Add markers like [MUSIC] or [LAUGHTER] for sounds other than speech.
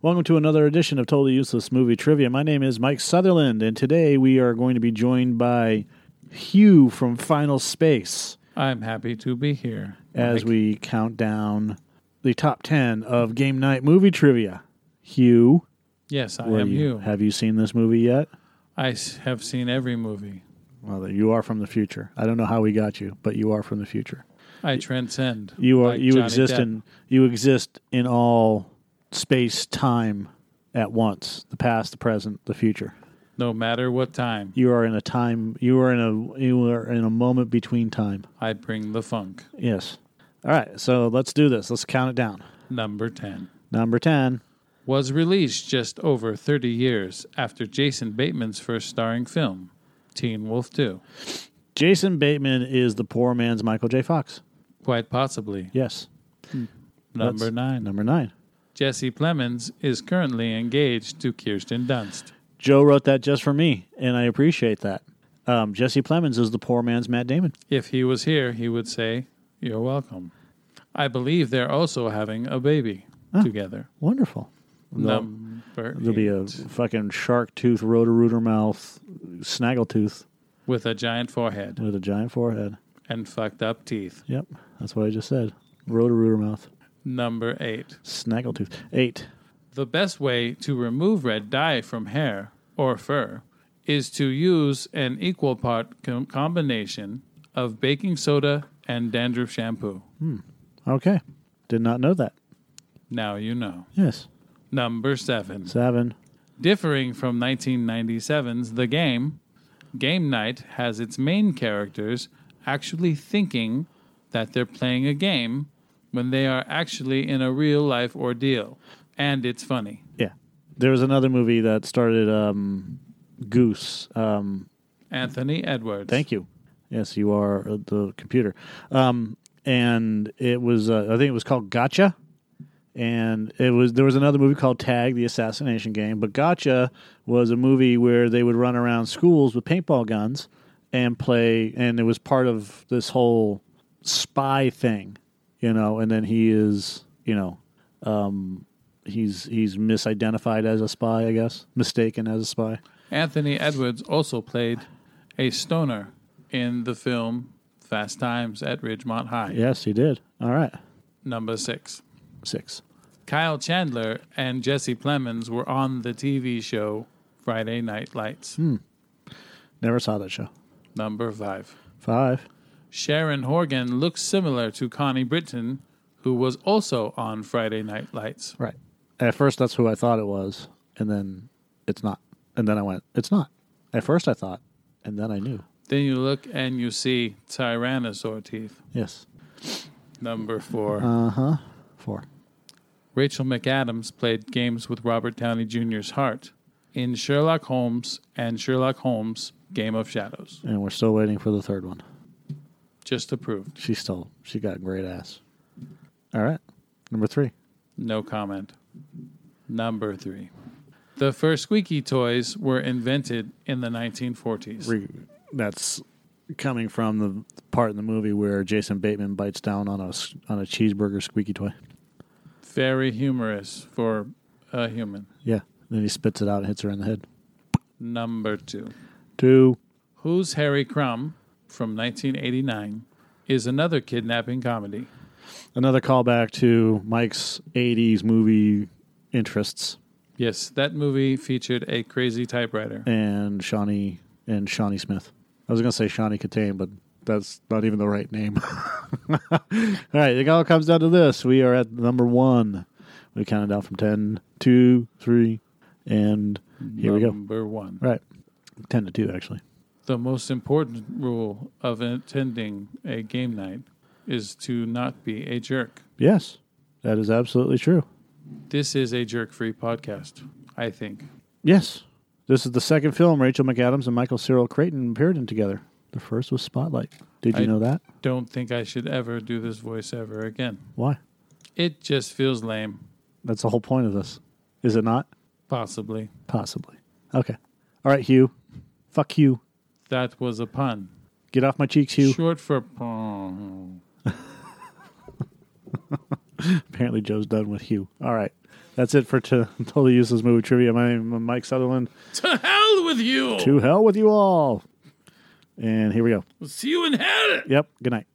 Welcome to another edition of Totally Useless Movie Trivia. My name is Mike Sutherland, and today we are going to be joined by Hugh from Final Space I'm happy to be here. as we count down the top 10 of Game Night Movie Trivia. Hugh, Yes, I where am you? you. have you seen this movie yet? I s- have seen every movie. Well, you are from the future. I don't know how we got you, but you are from the future. I transcend. You are like you Johnny exist Depp. in you exist in all space time at once, the past, the present, the future. no matter what time. You are in a time you are in a you are in a moment between time. I bring the funk. Yes. All right, so let's do this. Let's count it down. Number ten Number 10. was released just over thirty years after Jason Bateman's first starring film, Teen Wolf Two. Jason Bateman is the poor man's Michael J. Fox. Quite possibly Yes. number That's nine. Number 9. Jesse Plemons is currently engaged to Kirsten Dunst. Joe wrote that just for me, and I appreciate that. Um, Jesse Plemons is the poor man's Matt Damon. If he was here, he would say, "You're welcome." I believe they're also having a baby together. Wonderful. Number There'll be a eight. fucking shark tooth, rotor rooter mouth, snaggletooth with a giant forehead with a giant forehead. and fucked up teeth. Yep, that's what I just said. Rotor rooter mouth, Number eight. snaggletooth. Eight. The best way to remove red dye from hair or fur is to use an equal part com- combination of baking soda and dandruff shampoo. Okay, did not know that. Now you know. Yes, Number seven. seven. Differing from 1997's The Game, Game Night has its main characters actually thinking that they're playing a game when they are actually in a real life ordeal. And it's funny. Yeah, there was another movie that started um, Goose. Um, Anthony Edwards. thank you. Yes, you are uh, the computer. Um, and it was, uh, I think it was called Gotcha. and it was there was another movie called Tag: The Assassination Game. But Gotcha was a movie where they would run around schools with paintball guns and play, and it was part of this whole spy thing, you know. And then he is, you know, um, he's he's misidentified as a spy, I guess, mistaken as a spy. Anthony Edwards also played a stoner in the film Fast Times at Ridgemont High. Yes, he did. All right, Number six. six. Kyle Chandler and Jesse Plemons were on the TV show Friday Night Lights. Hmm. Never saw that show. Number five. Five. Sharon Horgan looks similar to Connie Britton, who was also on Friday Night Lights. Right. At first, that's who I thought it was, and then it's not. And then I went, it's not. At first, I thought, and then I knew. Then you look and you see Tyrannosaur teeth. Yes. Number four. Uh huh. Four. Rachel McAdams played games with Robert Downey Jr.'s heart in Sherlock Holmes and Sherlock Holmes Game of Shadows. And we're still waiting for the third one. Just approved. She still, she got a great ass. All right. Number three. No comment. Number three. The first squeaky toys were invented in the 1940s. Re- that's coming from the part in the movie where Jason Bateman bites down on a, s- on a cheeseburger squeaky toy. Very humorous for a human. Yeah. Then he spits it out and hits her in the head. Number two. Two. Who's Harry Crumb from 1989 is another kidnapping comedy. Another callback to Mike's 80s movie interests. Yes, that movie featured a crazy typewriter. and Shawnee and Shawnee Smith. I was gonna say Shawnee Catane, but that's not even the right name. [LAUGHS] all right, it all comes down to this. We are at number one. We counted down from ten, two, three, and here we go. Number one. All Right, ten to two actually. The most important rule of attending a game night is to not be a jerk. Yes, that is absolutely true. This is a jerk free podcast, I think. Yes, this is the second film Rachel McAdams and Michael Cyril Creighton appeared in together. The first was Spotlight. Did you I- know that? Don't think I should ever do this voice ever again. Why? It just feels lame, That's the whole point of this, is it not? possibly. Possibly. Okay. All right, Hugh. Fuck Hugh. That was a pun. Get off my cheeks, [LAUGHS] Hugh. Short for pun. Apparently, Joe's done with Hugh. All right. That's it for to- Totally Useless Movie Trivia. My name is Mike Sutherland. To hell with you. To hell with you all. And here we go. We'll see you in hell. Yep. Good night.